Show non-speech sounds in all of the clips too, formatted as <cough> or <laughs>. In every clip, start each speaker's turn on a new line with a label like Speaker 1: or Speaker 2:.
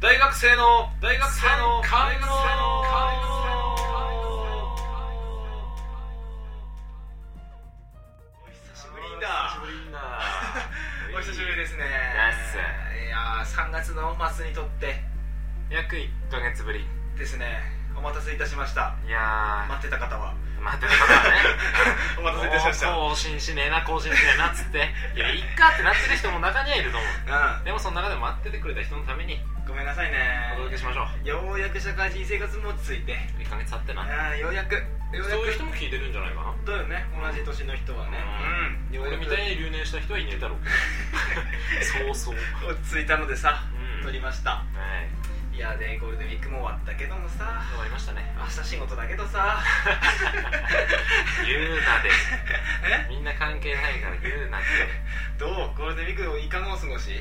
Speaker 1: 大学生の大学生の
Speaker 2: 大学生の
Speaker 1: お久し
Speaker 2: 久し
Speaker 1: ぶりだ
Speaker 2: ぶりだ
Speaker 1: お久しぶりですね
Speaker 2: ナイス
Speaker 1: いやー3月の末にとって
Speaker 2: 約1ヶ月ぶり
Speaker 1: ですねお待たせいたしました
Speaker 2: いやー
Speaker 1: 待ってた方
Speaker 2: <laughs>
Speaker 1: は
Speaker 2: 待ってたからね
Speaker 1: お待たせいたしましたうん
Speaker 2: もう更新しねえな更新しねえなっつっていやいっかってなってる人も中にはいると思うでもその中でも待っててくれた人のために
Speaker 1: ごめんなさい
Speaker 2: お届け
Speaker 1: ね
Speaker 2: しましょう
Speaker 1: ようやく社会人生活もついて
Speaker 2: 1ヶ月経ってな
Speaker 1: あーようやくようやく
Speaker 2: そういう人も聞いてるんじゃないかな
Speaker 1: だよね同じ年の人はねうんよう
Speaker 2: 俺
Speaker 1: や
Speaker 2: み
Speaker 1: く
Speaker 2: たいに留年した人はいねえだろうそうそう
Speaker 1: 落ち着いたのでさ
Speaker 2: うん
Speaker 1: 撮りました
Speaker 2: はい
Speaker 1: いやでゴールデンウィークも終わったけどもさ
Speaker 2: 終わりましたね
Speaker 1: 明日仕事だけどさ
Speaker 2: 言うな <laughs> で
Speaker 1: え
Speaker 2: みんな関係ないから言うなって
Speaker 1: どうゴールデンウィークいかがお過ごし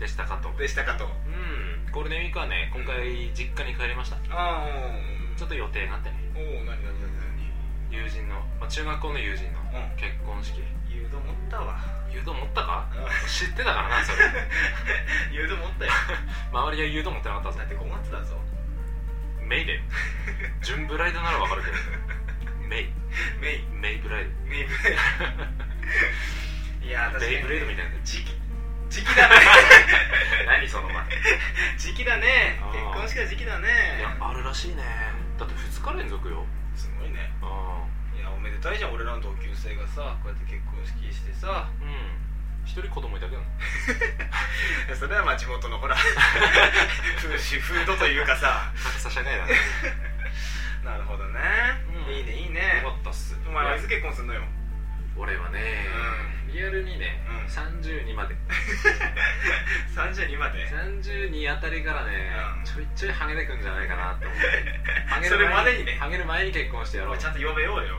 Speaker 2: でしたかと
Speaker 1: でしたかと
Speaker 2: うんゴールデンウィークはね今回実家に帰りました
Speaker 1: ああ
Speaker 2: ちょっと予定があってね
Speaker 1: おお何何何
Speaker 2: 友人の、まあ、中学校の友人の
Speaker 1: 何うん
Speaker 2: 結婚式
Speaker 1: 誘導持ったわ
Speaker 2: 誘導持ったか
Speaker 1: う
Speaker 2: 知ってたからなそれ <laughs>
Speaker 1: ん誘導持ったよ
Speaker 2: 周りは誘導持ってなかったぞ
Speaker 1: だって困ってたぞ
Speaker 2: メイだよ純ブライドならわかるけどメイ
Speaker 1: メイ
Speaker 2: メイブライド
Speaker 1: メ
Speaker 2: <laughs>
Speaker 1: イブいやー確かに
Speaker 2: ベイブレードみたいな
Speaker 1: 時期時期
Speaker 2: <laughs>
Speaker 1: だね
Speaker 2: 何その前
Speaker 1: 時期だね
Speaker 2: あー
Speaker 1: 結婚式は時期だね
Speaker 2: いやあるらしいねだって2日連続よ
Speaker 1: すごいね
Speaker 2: あ
Speaker 1: いやおめでたいじゃん俺らの同級生がさこうやって結婚式してさ
Speaker 2: あうん一人子供いたけどね
Speaker 1: いやそれはまあ地元のほら <laughs> 風習風土というかさ
Speaker 2: 格差社会だね
Speaker 1: なるほどね、
Speaker 2: うん
Speaker 1: いいねいいね
Speaker 2: よかったっす
Speaker 1: お前はい
Speaker 2: や
Speaker 1: つ結婚すんのよ
Speaker 2: 俺はね、リアルにね、
Speaker 1: うん
Speaker 2: 32まで
Speaker 1: <laughs> 32まで
Speaker 2: 32あたりからね、
Speaker 1: うん
Speaker 2: ちょいちょいハゲてくんじゃないかなって思って
Speaker 1: <laughs>
Speaker 2: ハ
Speaker 1: それまでにね
Speaker 2: ハゲる前に結婚してやろ
Speaker 1: お
Speaker 2: う
Speaker 1: いちゃんと呼べようよ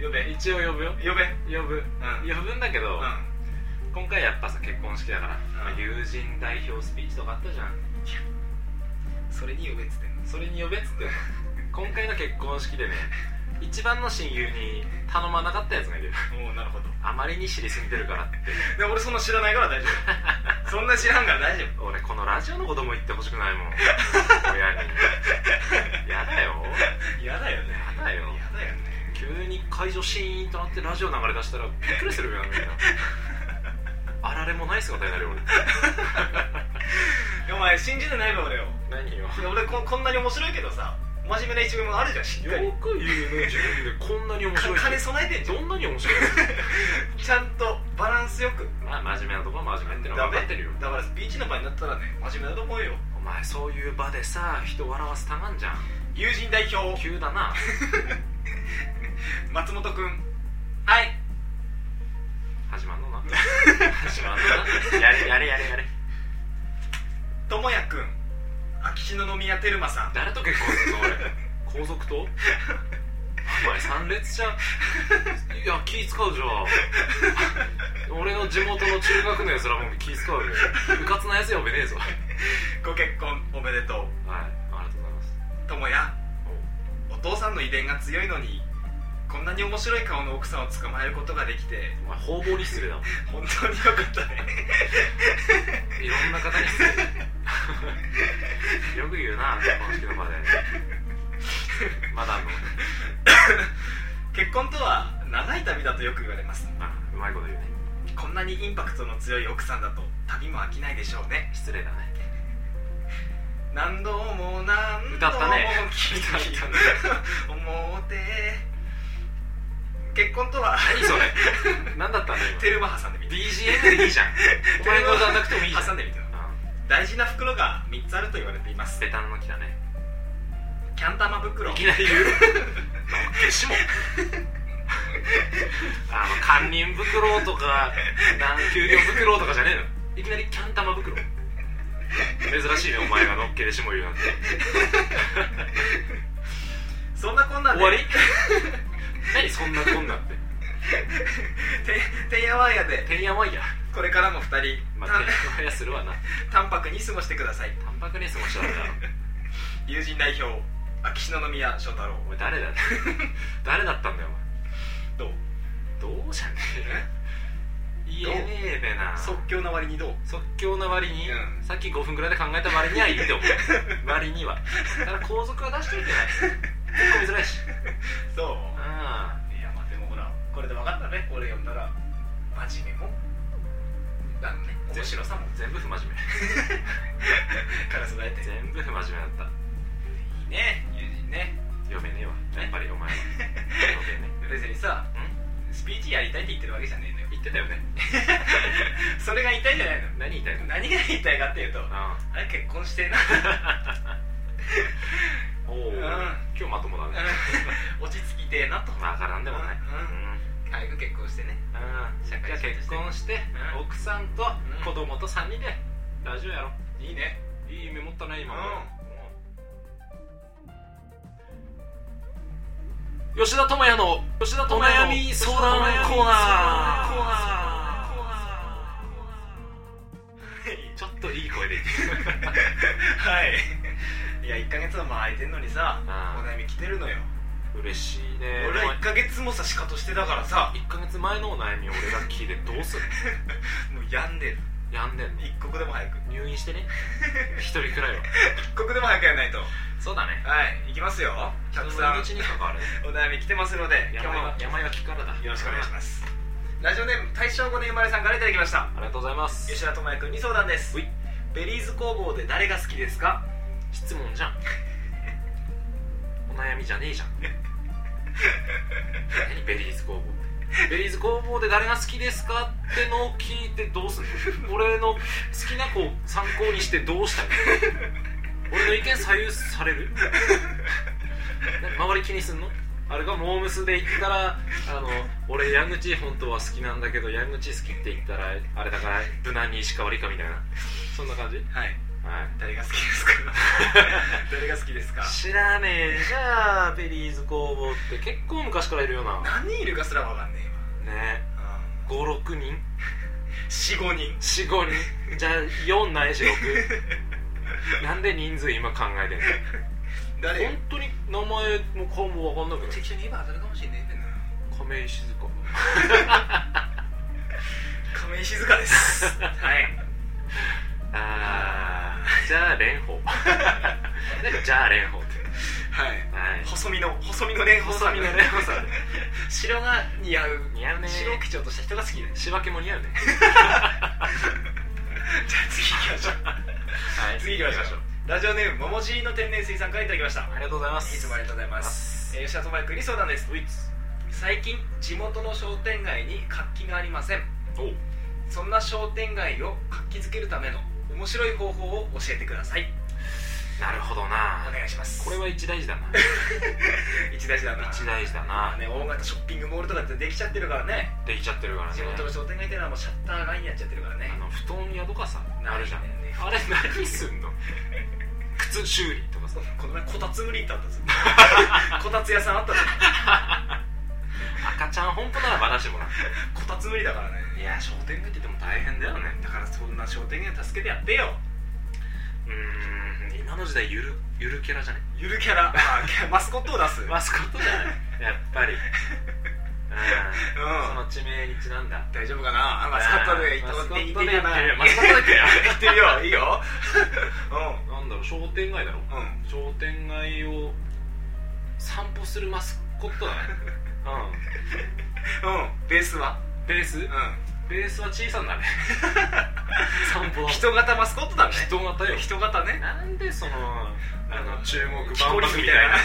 Speaker 1: 呼べ
Speaker 2: うん一応呼ぶよ
Speaker 1: 呼べ
Speaker 2: 呼ぶ、
Speaker 1: うん
Speaker 2: 呼ぶんだけど、
Speaker 1: う
Speaker 2: 今回やっぱさ結婚式だから、まあ友人代表スピーチとかあったじゃん
Speaker 1: んそれに呼べっつってんの
Speaker 2: それに呼べっつ
Speaker 1: <laughs>
Speaker 2: ってんの今回の結婚式でね一番の親友に頼まなかったやつがいる
Speaker 1: おおなるほど
Speaker 2: あまりに知りすぎてるからって
Speaker 1: で俺そんな知らないから大丈 <laughs> 夫そんな知らんから大丈夫
Speaker 2: 俺このラジオのことも言ってほしく <laughs> ないもん親にやだよ
Speaker 1: 嫌だよね
Speaker 2: やだよ
Speaker 1: 嫌だよね
Speaker 2: 急に会場シーンとなってラジオ流れ出したらびっくりするよなみんなあられもない姿になるよ俺
Speaker 1: お前信じてないわ俺を
Speaker 2: 何よ
Speaker 1: いや俺ここんなに面白いけどさ真面目な一面もあるじゃんしっかり
Speaker 2: よく言うね自分でこんなに面
Speaker 1: か
Speaker 2: 白いって
Speaker 1: 金備えてんじゃ
Speaker 2: どんなに面 <laughs> 白い
Speaker 1: んちゃんとバランスよく
Speaker 2: のまあ真面目なとこは真面目ってのは分かってるよ
Speaker 1: だからビーチの場になったらね真面目だと思うよ
Speaker 2: お前そういう場でさ人笑わせたがんじゃん
Speaker 1: 友人代表
Speaker 2: 急だな
Speaker 1: 松本君はい
Speaker 2: 始まんの <laughs> な始まんのなやれやれやれやれ
Speaker 1: ともやくん秋篠宮テルマさん
Speaker 2: 誰と結婚するの俺皇族とお前参列じゃんいや気使うじゃん俺の地元の中学のやつらも気使うようかつなやつ呼べねえぞはい
Speaker 1: ご結婚おめでとう
Speaker 2: ありがとうございます
Speaker 1: ともやお父さんの遺伝が強いのにこんなに面白い顔の奥さんを捕まえることができて
Speaker 2: お前方々に失礼だもん
Speaker 1: 本当によかったね
Speaker 2: いろんな方に失礼よく言うな結婚式の場でまだあんの
Speaker 1: 結婚とは長い旅だとよく言われます
Speaker 2: まあうまいこと言うね
Speaker 1: こんなにインパクトの強い奥さんだと旅も飽きないでしょうね
Speaker 2: 失礼だね
Speaker 1: 何度も何度も
Speaker 2: 歌ったね
Speaker 1: 聞いた
Speaker 2: 歌ったね
Speaker 1: 思って結婚とは
Speaker 2: 何それ何だったんだ
Speaker 1: テ
Speaker 2: 今
Speaker 1: ルマ挟んでみて
Speaker 2: BGM でいいじ <laughs> ゃんお前の歌わなくてもいいじゃん
Speaker 1: 挟んでみて
Speaker 2: うん
Speaker 1: 大事な袋が3つあると言われています
Speaker 2: ベタなの来たね
Speaker 1: キャン玉袋
Speaker 2: いきなり言 <laughs> うのっけしもあの堪忍袋とか何給料袋とかじゃねえのいきなりキャン玉袋珍しいねお前がのっけでしも言うなんて
Speaker 1: そんなこんな
Speaker 2: 終
Speaker 1: んで
Speaker 2: <laughs> わり何そんなこんなって
Speaker 1: <laughs> ててんやわんやで
Speaker 2: てんやわんや
Speaker 1: これからも2人
Speaker 2: まあ
Speaker 1: たん
Speaker 2: てんやわんやするわな
Speaker 1: 淡白に過ごしてください
Speaker 2: タンパクに過ごしたらだ
Speaker 1: 友人代表秋篠宮翔太郎
Speaker 2: お前誰 <laughs> だよ誰だったんだよお前
Speaker 1: どう
Speaker 2: どうじゃねえ言えねえべな
Speaker 1: 即興の割にどう
Speaker 2: 即興な割に、
Speaker 1: うん
Speaker 2: さっき5分くらいで考えた割にはいいと思
Speaker 1: <laughs>
Speaker 2: う割にはだから後続は出しといてない結構珍しい
Speaker 1: そう
Speaker 2: う
Speaker 1: いやまあでもほらこれで分かったねこれ読んだら真面目もあのね
Speaker 2: ん
Speaker 1: 面白さも
Speaker 2: ん全部不真面
Speaker 1: から育て
Speaker 2: 目全部不真面目だっ
Speaker 1: いいね友人ね
Speaker 2: た読めねえわやっぱりお前は読めね
Speaker 1: 別にさ
Speaker 2: えん
Speaker 1: スピーチやりたいって言ってるわけじゃねえのよ
Speaker 2: 言ってたよね
Speaker 1: それが言いたいんじゃないの
Speaker 2: 何言いたいの
Speaker 1: 何が言いたいかっていうと
Speaker 2: あ
Speaker 1: あれ結婚してえな
Speaker 2: おお、
Speaker 1: うん
Speaker 2: 今日まともだね
Speaker 1: <laughs> 落ち着きてえなと
Speaker 2: わからんでもない
Speaker 1: うん
Speaker 2: うん
Speaker 1: 早く結婚してね
Speaker 2: うんじゃ
Speaker 1: 社会
Speaker 2: あ
Speaker 1: 人として
Speaker 2: 結婚して
Speaker 1: うん
Speaker 2: 奥さんと
Speaker 1: うん
Speaker 2: 子供と3人でラジオやろ
Speaker 1: いいね
Speaker 2: ういい夢持ったね今うん吉田智也の吉田
Speaker 1: お
Speaker 2: 智
Speaker 1: 悩
Speaker 2: 也の
Speaker 1: み相談コ <laughs> ーナー
Speaker 2: コーナーちょっといい声で言って
Speaker 1: はいいや1ヶ月はまあ空いてんのにさお
Speaker 2: あー
Speaker 1: 悩み来てるのよ
Speaker 2: 嬉しいね
Speaker 1: 俺は1ヶ月もさしかとしてだからさ
Speaker 2: 1ヶ月前のお悩み俺が聞いてどうする
Speaker 1: もう病んでる
Speaker 2: やんでんの
Speaker 1: 一刻でも早く
Speaker 2: 入院 <laughs> してね一人くらいは
Speaker 1: 一刻でも早くやらないとは
Speaker 2: そうだね
Speaker 1: い行きますよたく
Speaker 2: 人
Speaker 1: さ
Speaker 2: の
Speaker 1: ん
Speaker 2: 命に関わる
Speaker 1: お悩み来てますので今日
Speaker 2: 病
Speaker 1: も
Speaker 2: は病は気からだ
Speaker 1: よろしくお願いしますラジオネーム大正5年生まれさんからいただきました
Speaker 2: ありがとうございます
Speaker 1: 吉田智也君に相談です
Speaker 2: うい
Speaker 1: ベリーズ工房で誰が好きですか
Speaker 2: 質問じゃんお悩みじゃねえじゃん何ベリーズ工房ってベリーズ工房で誰が好きですかってのを聞いてどうすんの俺の好きな子を参考にしてどうしたいの俺の意見左右される何周り気にすんのあれがモームスで言ったらあの俺矢口本当は好きなんだけど矢口好きって言ったらあれだから無難に石川理香みたいなそんな感じ
Speaker 1: はい
Speaker 2: はい
Speaker 1: 誰が好きですか <laughs> 誰が好きですか
Speaker 2: 知らねえじゃあベリーズ工房って結構昔からいるよな
Speaker 1: 何人いるかすらわかんね
Speaker 2: ね
Speaker 1: えわ
Speaker 2: 56人
Speaker 1: 45人
Speaker 2: 45人じゃあ4ないし6なんで人数今考えてんの
Speaker 1: 誰
Speaker 2: 本当に名前も顔も分かんなくない
Speaker 1: 適当に言えば当たるかもしれねえべな
Speaker 2: 亀井静香
Speaker 1: 亀井静香です <laughs> はい
Speaker 2: あーじゃあ蓮舫なん <laughs> かじゃあ蓮舫って
Speaker 1: はい
Speaker 2: はい
Speaker 1: 細身の細身の蓮舫さ
Speaker 2: 細
Speaker 1: ん
Speaker 2: 身の蓮舫さん
Speaker 1: <laughs> 白が似合う
Speaker 2: 似合うね
Speaker 1: 白を基調とした人が好きだね
Speaker 2: 仕分けも似合うね
Speaker 1: じゃあ次行きましょう
Speaker 2: は
Speaker 1: 次行きましょうラジオネームももじいの天然水さんからいただきました
Speaker 2: ありがとうございま
Speaker 1: い
Speaker 2: す
Speaker 1: つもありがとうございます、えー、吉田智也君に相談です
Speaker 2: ウイッツ
Speaker 1: 最近地元の商店街に活気がありません
Speaker 2: おう
Speaker 1: そんな商店街を活気づけるための面白い方法を教えてください
Speaker 2: なるほどな
Speaker 1: お願いします
Speaker 2: これは一大事だな
Speaker 1: 一大事だな
Speaker 2: 一大事だ
Speaker 1: ま
Speaker 2: な
Speaker 1: あね大型ショッピングモールとかってできちゃってるからね
Speaker 2: できちゃってるからね
Speaker 1: 地元の商店街っていうのはもうシャッター街になっちゃってるからね
Speaker 2: あの布団屋とかさあるじゃん
Speaker 1: ないね
Speaker 2: あれ何すんの靴修理とかさ
Speaker 1: この前こたつ売り行ったん
Speaker 2: <laughs>
Speaker 1: ですよこたつ屋さんあったじ
Speaker 2: 赤ちゃん本当ならばらしてもらう
Speaker 1: ゃんこたつ売りだからね
Speaker 2: いや商店街ってでも大変だよね
Speaker 1: だからそんな商店街助けてやってよ
Speaker 2: うーん今の時代ゆるゆるキャラじゃね
Speaker 1: ゆるキャラあー <laughs> マスコットを出す、
Speaker 2: マスコットじゃないやっぱりうん
Speaker 1: うん
Speaker 2: その地名にちなんだ
Speaker 1: 大丈夫かなあマスカットで行ったこと
Speaker 2: マ
Speaker 1: 言
Speaker 2: ス
Speaker 1: っ
Speaker 2: コット
Speaker 1: ていい
Speaker 2: で
Speaker 1: かな
Speaker 2: マスコットでってや
Speaker 1: 言ってるよいいよ
Speaker 2: なんだろう商店街だろ
Speaker 1: うんうん
Speaker 2: 商店街を散歩するマスコット <laughs> だね
Speaker 1: うんベースは
Speaker 2: うんベース
Speaker 1: う
Speaker 2: ベースは小さなね散歩
Speaker 1: ん
Speaker 2: だ
Speaker 1: 人型マスコットだね
Speaker 2: 人型よ
Speaker 1: 人型ね
Speaker 2: なんでそのあの中国
Speaker 1: 木
Speaker 2: 万
Speaker 1: こり
Speaker 2: 博
Speaker 1: み
Speaker 2: み
Speaker 1: た
Speaker 2: た
Speaker 1: い
Speaker 2: い
Speaker 1: な
Speaker 2: な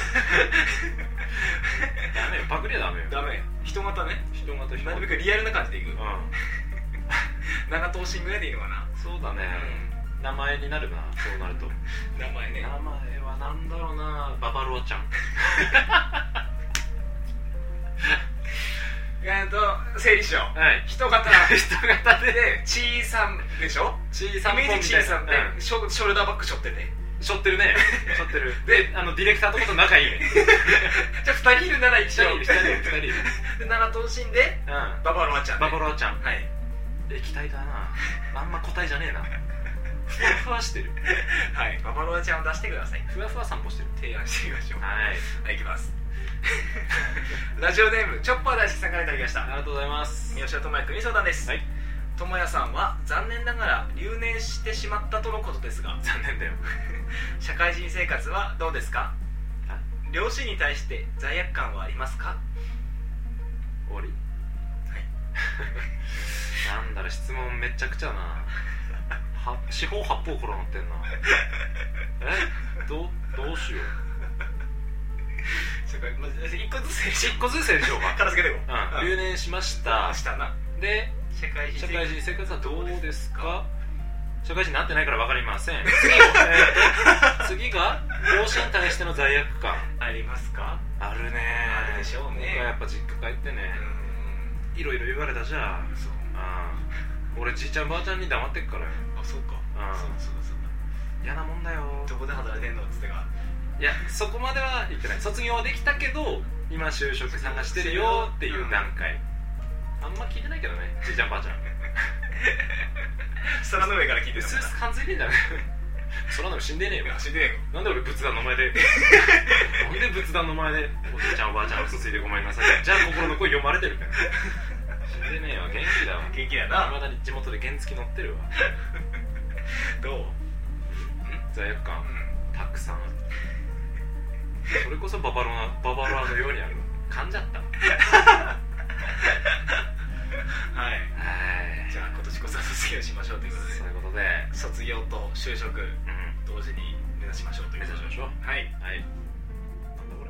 Speaker 2: ダメよパクリはダメよ
Speaker 1: <laughs> ダメ人型ね
Speaker 2: 人型人型
Speaker 1: なる
Speaker 2: う
Speaker 1: べ
Speaker 2: ん
Speaker 1: くリアルな感じでいく長頭身ぐらいでいいのかな
Speaker 2: そうだね名前になるなそうなると
Speaker 1: 名前
Speaker 2: 名
Speaker 1: ね
Speaker 2: 前はなんだろうなババロアちゃん
Speaker 1: えっと整理しよう
Speaker 2: はい
Speaker 1: 人型
Speaker 2: 人型で
Speaker 1: で小さんでしょ
Speaker 2: 小さ
Speaker 1: イ
Speaker 2: な
Speaker 1: メージ小さんで、
Speaker 2: うん
Speaker 1: ショショルダーバッグ背負ってて
Speaker 2: しょってるね <laughs> しょってるであのディレクターとこと仲いいね
Speaker 1: じゃあ2人いるなら一
Speaker 2: 2
Speaker 1: 緒
Speaker 2: 人いる2人いる2人いる
Speaker 1: で7頭身で
Speaker 2: うん
Speaker 1: ババロアちゃんね
Speaker 2: ババロアちゃん
Speaker 1: はい
Speaker 2: 液体だなあんま個体じゃねえなふわふわしてる
Speaker 1: はいババロアちゃんを出してください
Speaker 2: ふわふわ散歩してる
Speaker 1: 提案してみましょう
Speaker 2: はい
Speaker 1: はいいきます <laughs> ラジオネームチョッパー大好きさんからいただきました
Speaker 2: ありがとうございます
Speaker 1: 三好智也君に相談です、
Speaker 2: はい
Speaker 1: 智也さんは残念ながら留年してしまったとのことですが
Speaker 2: 残念だよ
Speaker 1: 社会人生活はどうですか
Speaker 2: あ
Speaker 1: 両親に対して罪悪感はありますか
Speaker 2: 終わり <laughs> なんだろ質問めちゃくちゃだなは四方八方転がってんなえどどうしよう
Speaker 1: 社会まず一個ずつ整理しよ
Speaker 2: 一個ずつでしょう
Speaker 1: う片付けていこう
Speaker 2: か、うん、留年しまし
Speaker 1: あ
Speaker 2: た
Speaker 1: したな
Speaker 2: で
Speaker 1: 社会人
Speaker 2: 社
Speaker 1: 生
Speaker 2: 会
Speaker 1: 活
Speaker 2: 人生活はどうですか社会人になってないから分かりません次,、えーと次 <laughs> が両親に対しての罪悪感
Speaker 1: ありますか
Speaker 2: あるね
Speaker 1: あるでしょうね
Speaker 2: 僕はやっぱ実家帰ってね
Speaker 1: う
Speaker 2: いろいろ言われたじゃん
Speaker 1: んそう
Speaker 2: うん俺じいちゃんばあちゃんに黙ってっからよ
Speaker 1: あそうか
Speaker 2: うん
Speaker 1: そうそうだそう
Speaker 2: 嫌なもんだよ
Speaker 1: だどこで働いてんのっつって <laughs> が
Speaker 2: いやそこまでは言ってない卒業はできたけど今就職探してるよっていう段階あんま聞いてないけどねじいちゃんばあちゃん
Speaker 1: 皿の上から聞いて
Speaker 2: う
Speaker 1: る
Speaker 2: す
Speaker 1: の
Speaker 2: うす感づいてんじゃないそらなの死んでねえよ
Speaker 1: 死んでね
Speaker 2: なんで俺仏壇の前でなんで仏壇の前でおじいちゃんおばあちゃん嘘ついてごめんなさいじゃあ心の声読まれてるから死んでねえわ元気だわ
Speaker 1: えよ
Speaker 2: い
Speaker 1: 元気や
Speaker 2: ま
Speaker 1: な
Speaker 2: だに地元で原付乗ってるわ
Speaker 1: どう
Speaker 2: 罪悪
Speaker 1: う
Speaker 2: 感
Speaker 1: ん
Speaker 2: たくさんあるそれこそババロナババロアのようにある噛んじゃったは
Speaker 1: はい
Speaker 2: い
Speaker 1: じゃあ今年こそ卒業しましょうということ
Speaker 2: そうい
Speaker 1: で
Speaker 2: うことで、
Speaker 1: 卒業と就職
Speaker 2: うん、
Speaker 1: 同時に目指しましょうという
Speaker 2: 目
Speaker 1: こと
Speaker 2: 指
Speaker 1: で
Speaker 2: しましょう。
Speaker 1: はい
Speaker 2: はい。なんだこ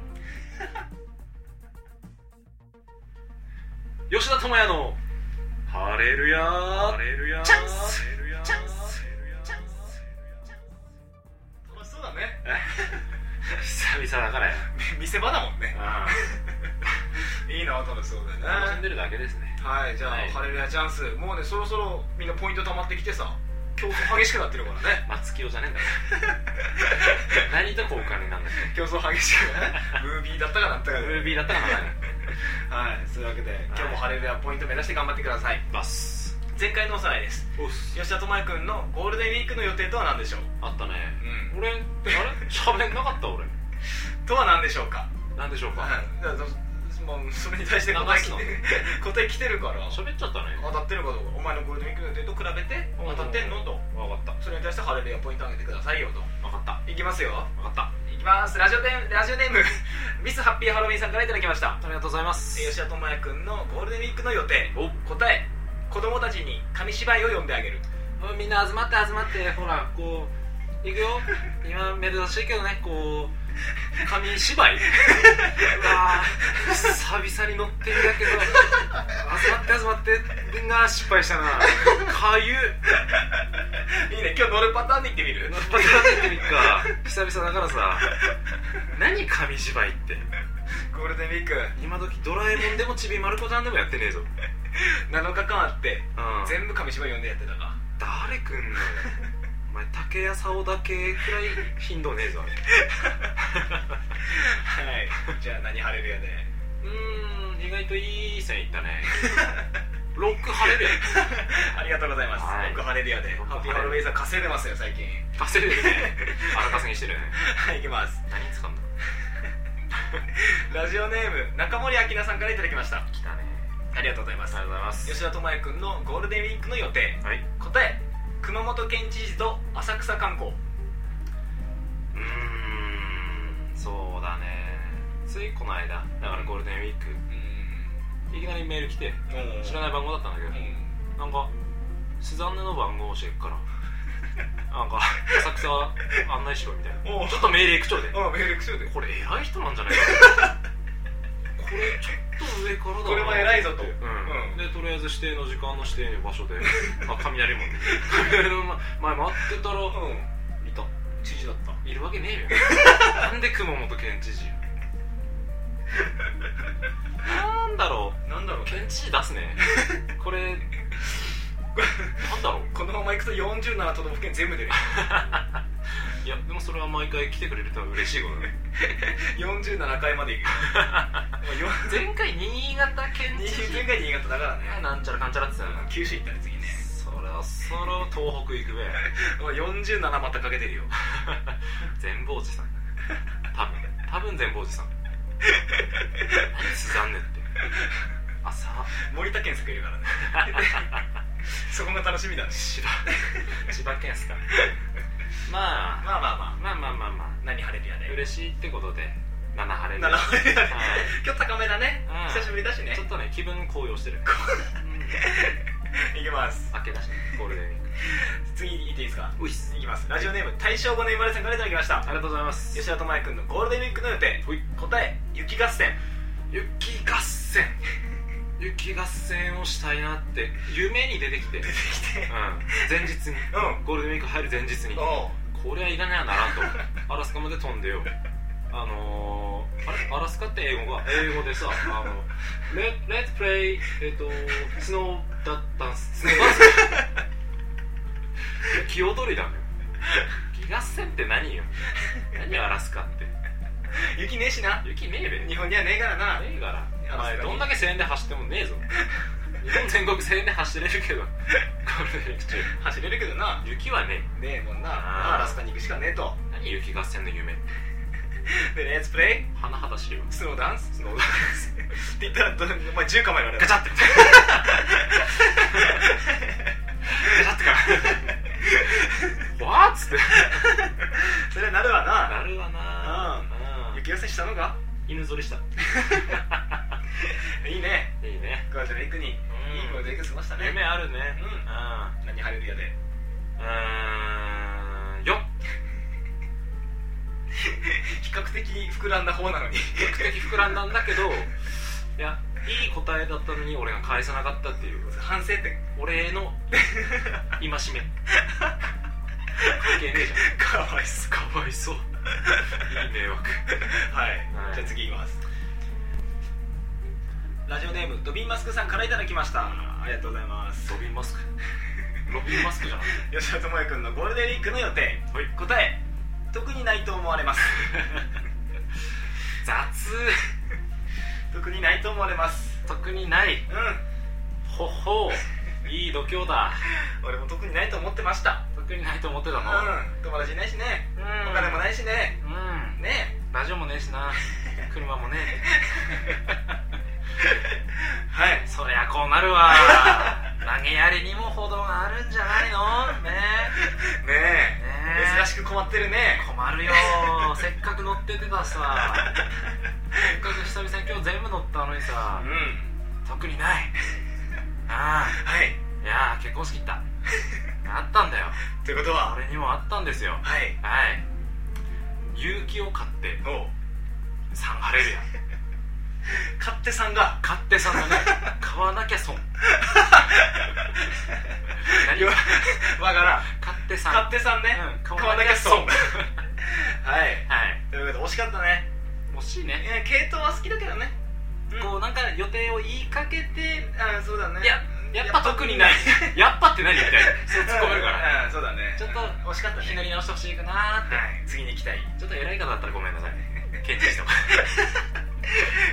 Speaker 2: れ。 <laughs> 吉田智也の。ハレルヤー。ハレルヤー。
Speaker 1: チャンス
Speaker 2: ハレルヤー
Speaker 1: チャンス
Speaker 2: ハレルヤー
Speaker 1: チャンス楽しそうだね
Speaker 2: 久々だからや。
Speaker 1: 見せ場だもんね
Speaker 2: う
Speaker 1: <laughs> いいな楽しそうだ
Speaker 2: ん。楽しん
Speaker 1: ね
Speaker 2: でるだけですね。
Speaker 1: はいじゃあ、
Speaker 2: はい
Speaker 1: ハレルヤチャンスもうねそろそろみんなポイント溜まってきてさ競争激しくなってるからね <laughs>
Speaker 2: 松清じゃねえんだ <laughs> から。何と交換になんだっ
Speaker 1: 競争激しくねムービーだったかなんだか
Speaker 2: け。ム
Speaker 1: で
Speaker 2: ービーだったかな。
Speaker 1: はいそういうわけで今日もハレルヤポイント目指して頑張ってください
Speaker 2: バス。
Speaker 1: 前回のおさらいです
Speaker 2: おっす。
Speaker 1: 吉田智也君のゴールデンウィークの予定とは何でしょう
Speaker 2: あったね。
Speaker 1: うん
Speaker 2: 俺、あれ、喋んなかった、俺。
Speaker 1: とは何でしょうか
Speaker 2: なんでしょうか。
Speaker 1: はいだからそもうそれに対して答え来て <laughs> 答え来てるから
Speaker 2: 喋っちゃったね。
Speaker 1: 当たってるかどうかお前のゴールデンウィークの予定と比べて
Speaker 2: うん
Speaker 1: 当たってんのと
Speaker 2: わかった。
Speaker 1: それに対してハレルヤポイントあげてくださいよと
Speaker 2: わかった。
Speaker 1: いきますよ
Speaker 2: わかった。
Speaker 1: いきますラジオネームラジオネーム <laughs> ミスハッピーハロウィンさんからいただきました
Speaker 2: ありがとうございます
Speaker 1: 吉田智也君のゴールデンウィークの予定
Speaker 2: お
Speaker 1: 答え子供たちに紙芝居を読んであげる <laughs>
Speaker 2: みんな集まって集まってほらこう行く <laughs> よ今目指しいけどねこう紙芝居 <laughs> うわー久々に乗ってるんだけど集まって集まってみんな失敗 <laughs> したなかゆっ
Speaker 1: いいね今日乗るパターンでいってみる
Speaker 2: 乗っ張ってってみっか久々だからさ何紙芝居って
Speaker 1: <laughs> ゴールデンウィーク
Speaker 2: 今時ドラえもんでもちびまる子ちゃんでもやってねえぞ、うん、
Speaker 1: 7日間あって全部紙芝居読んでやってたか
Speaker 2: 誰くんのよお前竹やさおだけくらい頻度ねえぞあれ
Speaker 1: はい <laughs> じゃあ何ハレルヤで
Speaker 2: うーん意外といい線いった <laughs> ねロック晴れるやん
Speaker 1: ありがとうございます、
Speaker 2: はい
Speaker 1: 僕ハレルヤで
Speaker 2: 僕
Speaker 1: ハッピーハロウィンさん稼いでますよ最近
Speaker 2: 焦るよね荒稼ぎしてるよね
Speaker 1: <laughs> はい行きます
Speaker 2: 何使うんだ
Speaker 1: ラジオネーム中森明菜さんからいただきました
Speaker 2: 来たね
Speaker 1: ありがとうございま
Speaker 2: あり
Speaker 1: す
Speaker 2: がとうございます
Speaker 1: 吉田智也君のゴールデンウィークの予定
Speaker 2: はいう
Speaker 1: 答え熊本県知事と浅草観光
Speaker 2: ーんそうだねついこの間だからゴールデンウィーク
Speaker 1: う
Speaker 2: いきなりメール来て
Speaker 1: ん
Speaker 2: 知らない番号だったんだけど、なんかスザンヌの番号教えっ
Speaker 1: <laughs>
Speaker 2: からなんか浅草案内しろみたい
Speaker 1: おう
Speaker 2: なちょっと命令口調で
Speaker 1: あメールクショで
Speaker 2: これ偉い人なんじゃ
Speaker 1: <laughs>
Speaker 2: ないかこれちょっと上からだな
Speaker 1: これは偉いぞと
Speaker 2: うん
Speaker 1: うん
Speaker 2: でとりあえず指定の時間の指定の場所
Speaker 1: <laughs>
Speaker 2: であ雷もね雷の <laughs> 前前待ってたら
Speaker 1: う
Speaker 2: いた
Speaker 1: ん知事だった
Speaker 2: いるわけねえよ
Speaker 1: <laughs>
Speaker 2: なんで熊本県知事なんだろ
Speaker 1: なんだろう
Speaker 2: う県知事出す
Speaker 1: <laughs>
Speaker 2: ねこれなんだろう
Speaker 1: このまま行くと47都道府県全部出る
Speaker 2: いやでもそれは毎回来てくれるとは嬉しいことだね
Speaker 1: <laughs> 47回まで行 <laughs> くもう4
Speaker 2: 前回新潟県知
Speaker 1: 20
Speaker 2: 事
Speaker 1: 前回新潟だからね
Speaker 2: なんちゃらかんちゃらって言ってたよな
Speaker 1: 九州行ったら次ね
Speaker 2: そろそろ東北行くべ
Speaker 1: <laughs> もう47またかけてるよ
Speaker 2: 全坊主さん多分多分全坊主さん何スザンヌって朝
Speaker 1: <laughs> 森田健作いるからねそこが楽しみだね
Speaker 2: 千葉千葉県っすかまあ
Speaker 1: まあまあ
Speaker 2: ま
Speaker 1: ま
Speaker 2: あまあまあま
Speaker 1: あ何晴れるや
Speaker 2: あ
Speaker 1: ね
Speaker 2: 嬉しいってことで7晴れで
Speaker 1: 7晴れやね
Speaker 2: はい
Speaker 1: 今日高めだね
Speaker 2: うん
Speaker 1: 久しぶりだしね
Speaker 2: ちょっとね気分高揚してるうん
Speaker 1: いきます
Speaker 2: 明けだしねゴールデンウィー
Speaker 1: 次いっていいですか
Speaker 2: クういっす
Speaker 1: いきますラジオネーム大正5年生まれさんからいただきまし
Speaker 2: あり
Speaker 1: た
Speaker 2: がとうござい <laughs> ます
Speaker 1: 吉田智也君のゴールデンウィークの予定
Speaker 2: ほい
Speaker 1: 答え雪合戦
Speaker 2: 雪合戦雪合戦をしたいなって夢に出てき <laughs> て、うん、
Speaker 1: 出てきて
Speaker 2: 前日に
Speaker 1: うん
Speaker 2: ゴールデンウィーク入る前日に
Speaker 1: おう
Speaker 2: これはいらねゃならんとアラスカまで飛んでよあのー、あれアラスカって英語が英語でさあのレ「レッツプレイ」えっ、とスノーダダン
Speaker 1: <laughs>
Speaker 2: ススノーダンス気踊りだね気合戦って何よ何アラスカって
Speaker 1: 雪ねえしな
Speaker 2: 雪ねえべ
Speaker 1: 日本にはねえからな
Speaker 2: ねえから
Speaker 1: アラスカに
Speaker 2: どんだけ1000円で走ってもねえぞ日本全国1000円で走れるけどゴールデンウィーク中
Speaker 1: 走れるけどな
Speaker 2: 雪はね
Speaker 1: ねえもんな
Speaker 2: あー
Speaker 1: アラスカに行くしかねえと
Speaker 2: え何雪合戦の夢って
Speaker 1: でレッツプレイ
Speaker 2: 甚だしいよ
Speaker 1: スノーダンススノーダンス <laughs> って言ったらどお前10構えられる
Speaker 2: ガチャってガチャってからわーっつって
Speaker 1: それはなるわな
Speaker 2: なるわなうん
Speaker 1: 雪寄せしたのか
Speaker 2: 犬ぞりした
Speaker 1: いいね
Speaker 2: いいね
Speaker 1: ゴールデンウィークにいいゴールデンウィーク過ごしたね
Speaker 2: 夢あるね
Speaker 1: うん何晴れるやで
Speaker 2: うんうーんよっ
Speaker 1: 比較的膨らんだ方なのに
Speaker 2: 比較的膨らんだんだけどいやいい答えだったのに俺が返さなかったっていう
Speaker 1: 反省点
Speaker 2: 俺への戒め関係ねえじゃ
Speaker 1: かわいそうん
Speaker 2: かわいそうい <laughs> い迷惑
Speaker 1: はい、
Speaker 2: はい
Speaker 1: じゃあ次いきますラジオネームドビンマスクさんからいただきましたありがとうございます
Speaker 2: ロビンマスクロビンマスクじゃなくて
Speaker 1: 吉田智也君のゴールデンウィークの予定
Speaker 2: はい
Speaker 1: 答え特にないと思われます <laughs>
Speaker 2: 雑
Speaker 1: 特にないと思われます
Speaker 2: 特にない
Speaker 1: うん
Speaker 2: ほほういい度胸だ
Speaker 1: 俺も特にないと思ってました
Speaker 2: 特にないと思ってたの
Speaker 1: うん友達いないしね
Speaker 2: うん
Speaker 1: お金もないしね
Speaker 2: うん
Speaker 1: ね
Speaker 2: ラジオもねえしな車もね
Speaker 1: はい
Speaker 2: えそりゃこうなる
Speaker 1: <laughs>
Speaker 2: わ投げやりにも程があるんじゃないのね
Speaker 1: ね
Speaker 2: えね
Speaker 1: え
Speaker 2: え
Speaker 1: 珍しく困ってるね
Speaker 2: 困るよせっかく乗っててたしさせっかく久々に今日全部乗ったのに
Speaker 1: う
Speaker 2: さ
Speaker 1: ん
Speaker 2: 特にないあ
Speaker 1: はい
Speaker 2: あいやあ結婚式行ったあったんだよ
Speaker 1: ということは
Speaker 2: 俺にもあったんですよ
Speaker 1: はい
Speaker 2: はい勇気を買って
Speaker 1: おう
Speaker 2: 3晴れるやん
Speaker 1: 勝手さんが
Speaker 2: 買って3だね <laughs> 買わなきゃ <laughs> 損何
Speaker 1: よ
Speaker 2: 買
Speaker 1: わからん
Speaker 2: って3
Speaker 1: 勝手さんね
Speaker 2: うん
Speaker 1: 買
Speaker 2: 買
Speaker 1: わ
Speaker 2: わ
Speaker 1: な
Speaker 2: な
Speaker 1: き
Speaker 2: き
Speaker 1: ゃ
Speaker 2: ゃ
Speaker 1: 損
Speaker 2: 損
Speaker 1: はい
Speaker 2: はい
Speaker 1: ということで惜しかったね
Speaker 2: 欲しい
Speaker 1: い
Speaker 2: ね
Speaker 1: や系統は好きだけどねうん
Speaker 2: こうなんか予定を言いかけて
Speaker 1: あそうだね
Speaker 2: いややっぱ特にないやっぱって何みたいなそう突っ込めるから
Speaker 1: うんそうだね
Speaker 2: ちょっと
Speaker 1: 惜しかったね
Speaker 2: ひねり直してほしいかなーって
Speaker 1: はい次に行きたい
Speaker 2: ちょっと偉い方だったらごめんなさい検知しても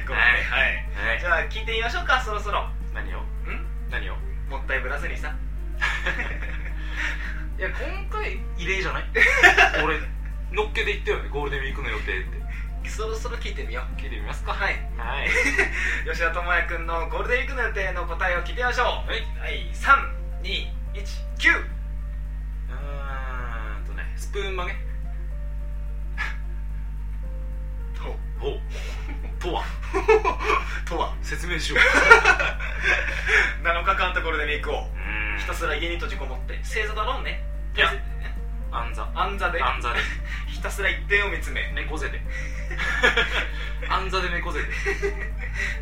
Speaker 1: ごめんねはい
Speaker 2: はい
Speaker 1: じゃあ聞いてみましょうかそろそろ
Speaker 2: 何を
Speaker 1: ん
Speaker 2: 何を
Speaker 1: もったいぶらずにさ
Speaker 2: いや今回異例じゃない <laughs> 俺のっけで言ったよねゴールデンウィークの予定って
Speaker 1: そろそろ聞いてみよ
Speaker 2: 聞いてみます
Speaker 1: う
Speaker 2: か
Speaker 1: はい
Speaker 2: はい
Speaker 1: 吉田智也君のゴールデンウィークの予定の答えを聞いてみましょう
Speaker 2: はい
Speaker 1: はい3219
Speaker 2: うーんとねスプーン曲げほうとは
Speaker 1: とは
Speaker 2: 説明しよう
Speaker 1: 7日間とゴールデンウィークを
Speaker 2: うん
Speaker 1: ひたすら家に閉じこもって正座だろうね
Speaker 2: いやあんざ
Speaker 1: あん座で
Speaker 2: あんざで
Speaker 1: ひたすら一点を見つめ
Speaker 2: 猫
Speaker 1: <laughs>
Speaker 2: 背であんざで猫背で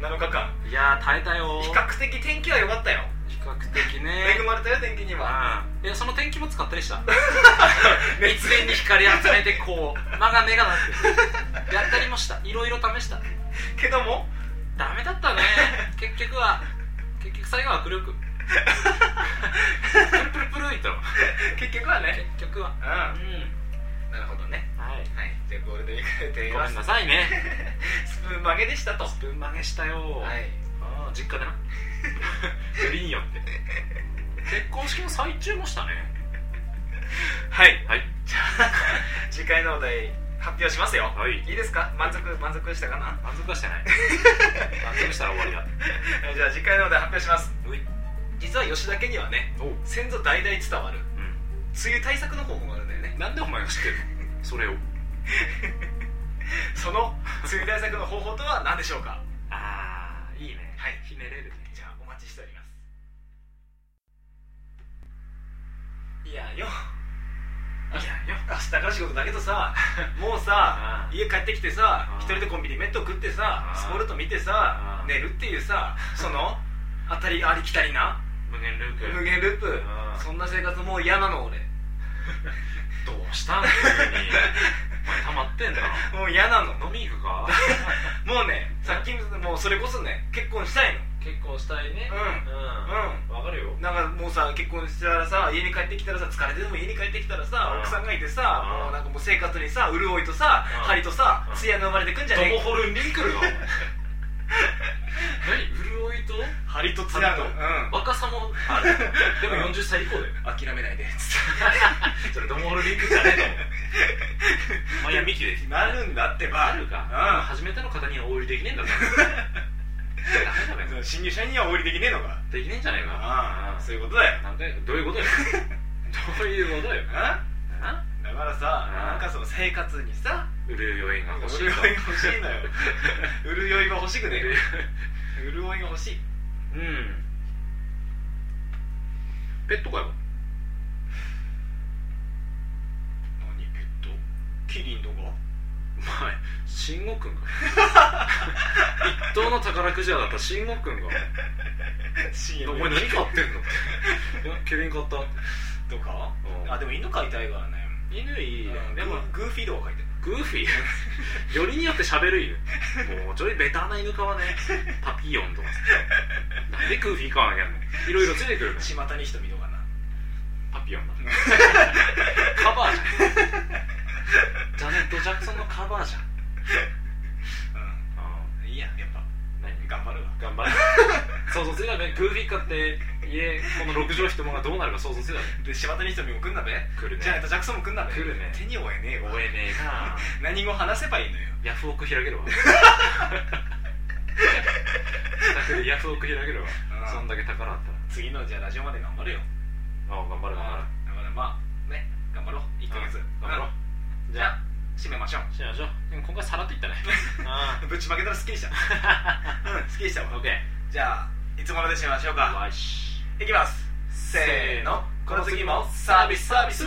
Speaker 1: 7日間
Speaker 2: いやー耐えたよー
Speaker 1: 比較的天気は良かったよ
Speaker 2: 比較的ね
Speaker 1: 恵まれたよ天気には
Speaker 2: うんいやその天気も使ったりした
Speaker 1: <laughs>
Speaker 2: 熱源に光集めてこう間が目がなってやったりもしたいろいろ試した
Speaker 1: けども
Speaker 2: ダメだったね結局は結局最後は握
Speaker 1: <laughs>
Speaker 2: 力プルプルプルいったの
Speaker 1: 結局はね
Speaker 2: 結局は
Speaker 1: うん
Speaker 2: うん
Speaker 1: なるほどね
Speaker 2: はい
Speaker 1: はいじゃあゴールデンウィークの予定
Speaker 2: ごめ
Speaker 1: は
Speaker 2: んなさいね
Speaker 1: スプーン曲げでしたと
Speaker 2: スプーン曲げしたよ、
Speaker 1: はい
Speaker 2: ああ実家でな <laughs> グリーンよって結婚式の最中もしたね
Speaker 1: はい
Speaker 2: はい
Speaker 1: じゃあ次回のお題発表しますよ
Speaker 2: はい
Speaker 1: いいですか満足満足したかな
Speaker 2: 満足は <laughs> してない満足したら終わりだ
Speaker 1: えーじゃあ次回のお題発表します
Speaker 2: うい
Speaker 1: 実は吉吉田家にはね
Speaker 2: おう
Speaker 1: 先祖代々伝わる
Speaker 2: うん
Speaker 1: 梅雨対策の方法があるんだよねなんでお前が知ってるの
Speaker 2: それを
Speaker 1: その <laughs> 梅雨対策の方法とは何でしょうか
Speaker 2: ああいいね
Speaker 1: はい
Speaker 2: ひねれるね
Speaker 1: じゃあお待ちしておりますいやよ
Speaker 2: いやよ
Speaker 1: 明日から仕事だけ
Speaker 2: <laughs>
Speaker 1: どさもうさ
Speaker 2: ああ
Speaker 1: 家帰ってきてさ
Speaker 2: ああ
Speaker 1: 一人でコンビニメット食ってさ
Speaker 2: ああ
Speaker 1: スポルト見て
Speaker 2: あ
Speaker 1: さ
Speaker 2: あ
Speaker 1: 寝るってい
Speaker 2: <laughs>
Speaker 1: うさその当たりありきたりな
Speaker 2: 無限ループ
Speaker 1: 無限ループ
Speaker 2: ああ
Speaker 1: そんな生活もう嫌なの俺
Speaker 2: どうした
Speaker 1: <laughs>
Speaker 2: ん急にお前溜まってんだ
Speaker 1: もう嫌なの
Speaker 2: な飲み行く
Speaker 1: <laughs>
Speaker 2: か
Speaker 1: もうねさっきもうそれこそね結婚したいの
Speaker 2: 結婚したいね
Speaker 1: う
Speaker 2: う
Speaker 1: ん
Speaker 2: んわかるよ
Speaker 1: なんかもうさ結婚したらさ家に帰ってきたらさ疲れてでも家に帰ってきたらさ
Speaker 2: うん
Speaker 1: 奥さんがいてさ
Speaker 2: うん
Speaker 1: もうなんかもう生活にさ潤いとさ
Speaker 2: うん
Speaker 1: 針とさ
Speaker 2: うん
Speaker 1: 艶が生まれてくんじ
Speaker 2: ト
Speaker 1: ゃね
Speaker 2: モ
Speaker 1: え
Speaker 2: ホルン・リンク
Speaker 1: <laughs>
Speaker 2: ルがお前何潤いと
Speaker 1: 針と
Speaker 2: 艶
Speaker 1: と
Speaker 2: と
Speaker 1: うん
Speaker 2: 若さもあ <laughs> るでも40歳以降だよ
Speaker 1: 諦めないで
Speaker 2: それトモホルン・リンクルじゃねえと思うまあいやミキで
Speaker 1: なるんだってば
Speaker 2: あるか
Speaker 1: うん
Speaker 2: 初めての方にはお売りできねえんだからダメダメ
Speaker 1: 新入社員にはお売りできねえのか
Speaker 2: できねえんじゃない
Speaker 1: あ
Speaker 2: か
Speaker 1: あそういうことだよ
Speaker 2: なんだよどういうことよどういうことよ
Speaker 1: あ
Speaker 2: な
Speaker 1: だからさ
Speaker 2: うん
Speaker 1: なんかその生活にさ
Speaker 2: 潤い余韻が欲しい
Speaker 1: 潤いが欲しい
Speaker 2: <laughs>
Speaker 1: のよ潤いが欲しくね潤いが欲しい
Speaker 2: うんペットかよ
Speaker 1: 何ペットキリンとか
Speaker 2: お前慎吾く <laughs> んが一等の宝くじ屋だった慎吾くんが
Speaker 1: 深
Speaker 2: 「お
Speaker 1: の
Speaker 2: 前何買ってんの?」いやケビン買った」
Speaker 1: とか
Speaker 2: うん
Speaker 1: あでも犬飼いたいからね
Speaker 2: 犬いいね
Speaker 1: うん
Speaker 2: でも
Speaker 1: グーグーフィードは飼いたい
Speaker 2: グーフィーよりによって喋る犬もうちょいベタな犬飼わねパピヨンとかさなんでグーフィー飼わなきゃいけないのいろいろついてくるの
Speaker 1: 島谷瞳とかな
Speaker 2: パピヨ <laughs> ンだカバーじゃんジャネット・ジャクソンのカバーじゃん
Speaker 1: うんいいややっぱ
Speaker 2: 何
Speaker 1: 頑張るわ
Speaker 2: 頑張れ想像するだねグーフィー買って家この6畳一間がどうなるか想像するだね
Speaker 1: で島谷瞳も来んだべ
Speaker 2: 来るね
Speaker 1: ジャネット・ジャクソンも来んだべ
Speaker 2: 来るね
Speaker 1: 手に負えねえわ
Speaker 2: 追えねえな
Speaker 1: 何語話せばいいのよ
Speaker 2: ヤフオク開けるわ自宅でヤフオク開けるわ
Speaker 1: うん
Speaker 2: そんだけ宝あった
Speaker 1: 次のじゃあラジオまで頑張るよ
Speaker 2: らああ頑張れ
Speaker 1: だ
Speaker 2: 頑張れ
Speaker 1: からまあね頑張ろう1ヶ月
Speaker 2: うん頑張ろう
Speaker 1: うん
Speaker 2: じ
Speaker 1: じ
Speaker 2: ゃ
Speaker 1: ゃ
Speaker 2: あ
Speaker 1: あ締めましょう
Speaker 2: しましょうでも今回さらっといったねあ
Speaker 1: <laughs> ぶちまけたらスッキリしたうんスッキリした
Speaker 2: <laughs> あオ
Speaker 1: わ
Speaker 2: ッケ
Speaker 1: じゃあいつもので締めましょう
Speaker 2: ー
Speaker 1: か
Speaker 2: わいし
Speaker 1: いきますせーのこの次もサービスサービス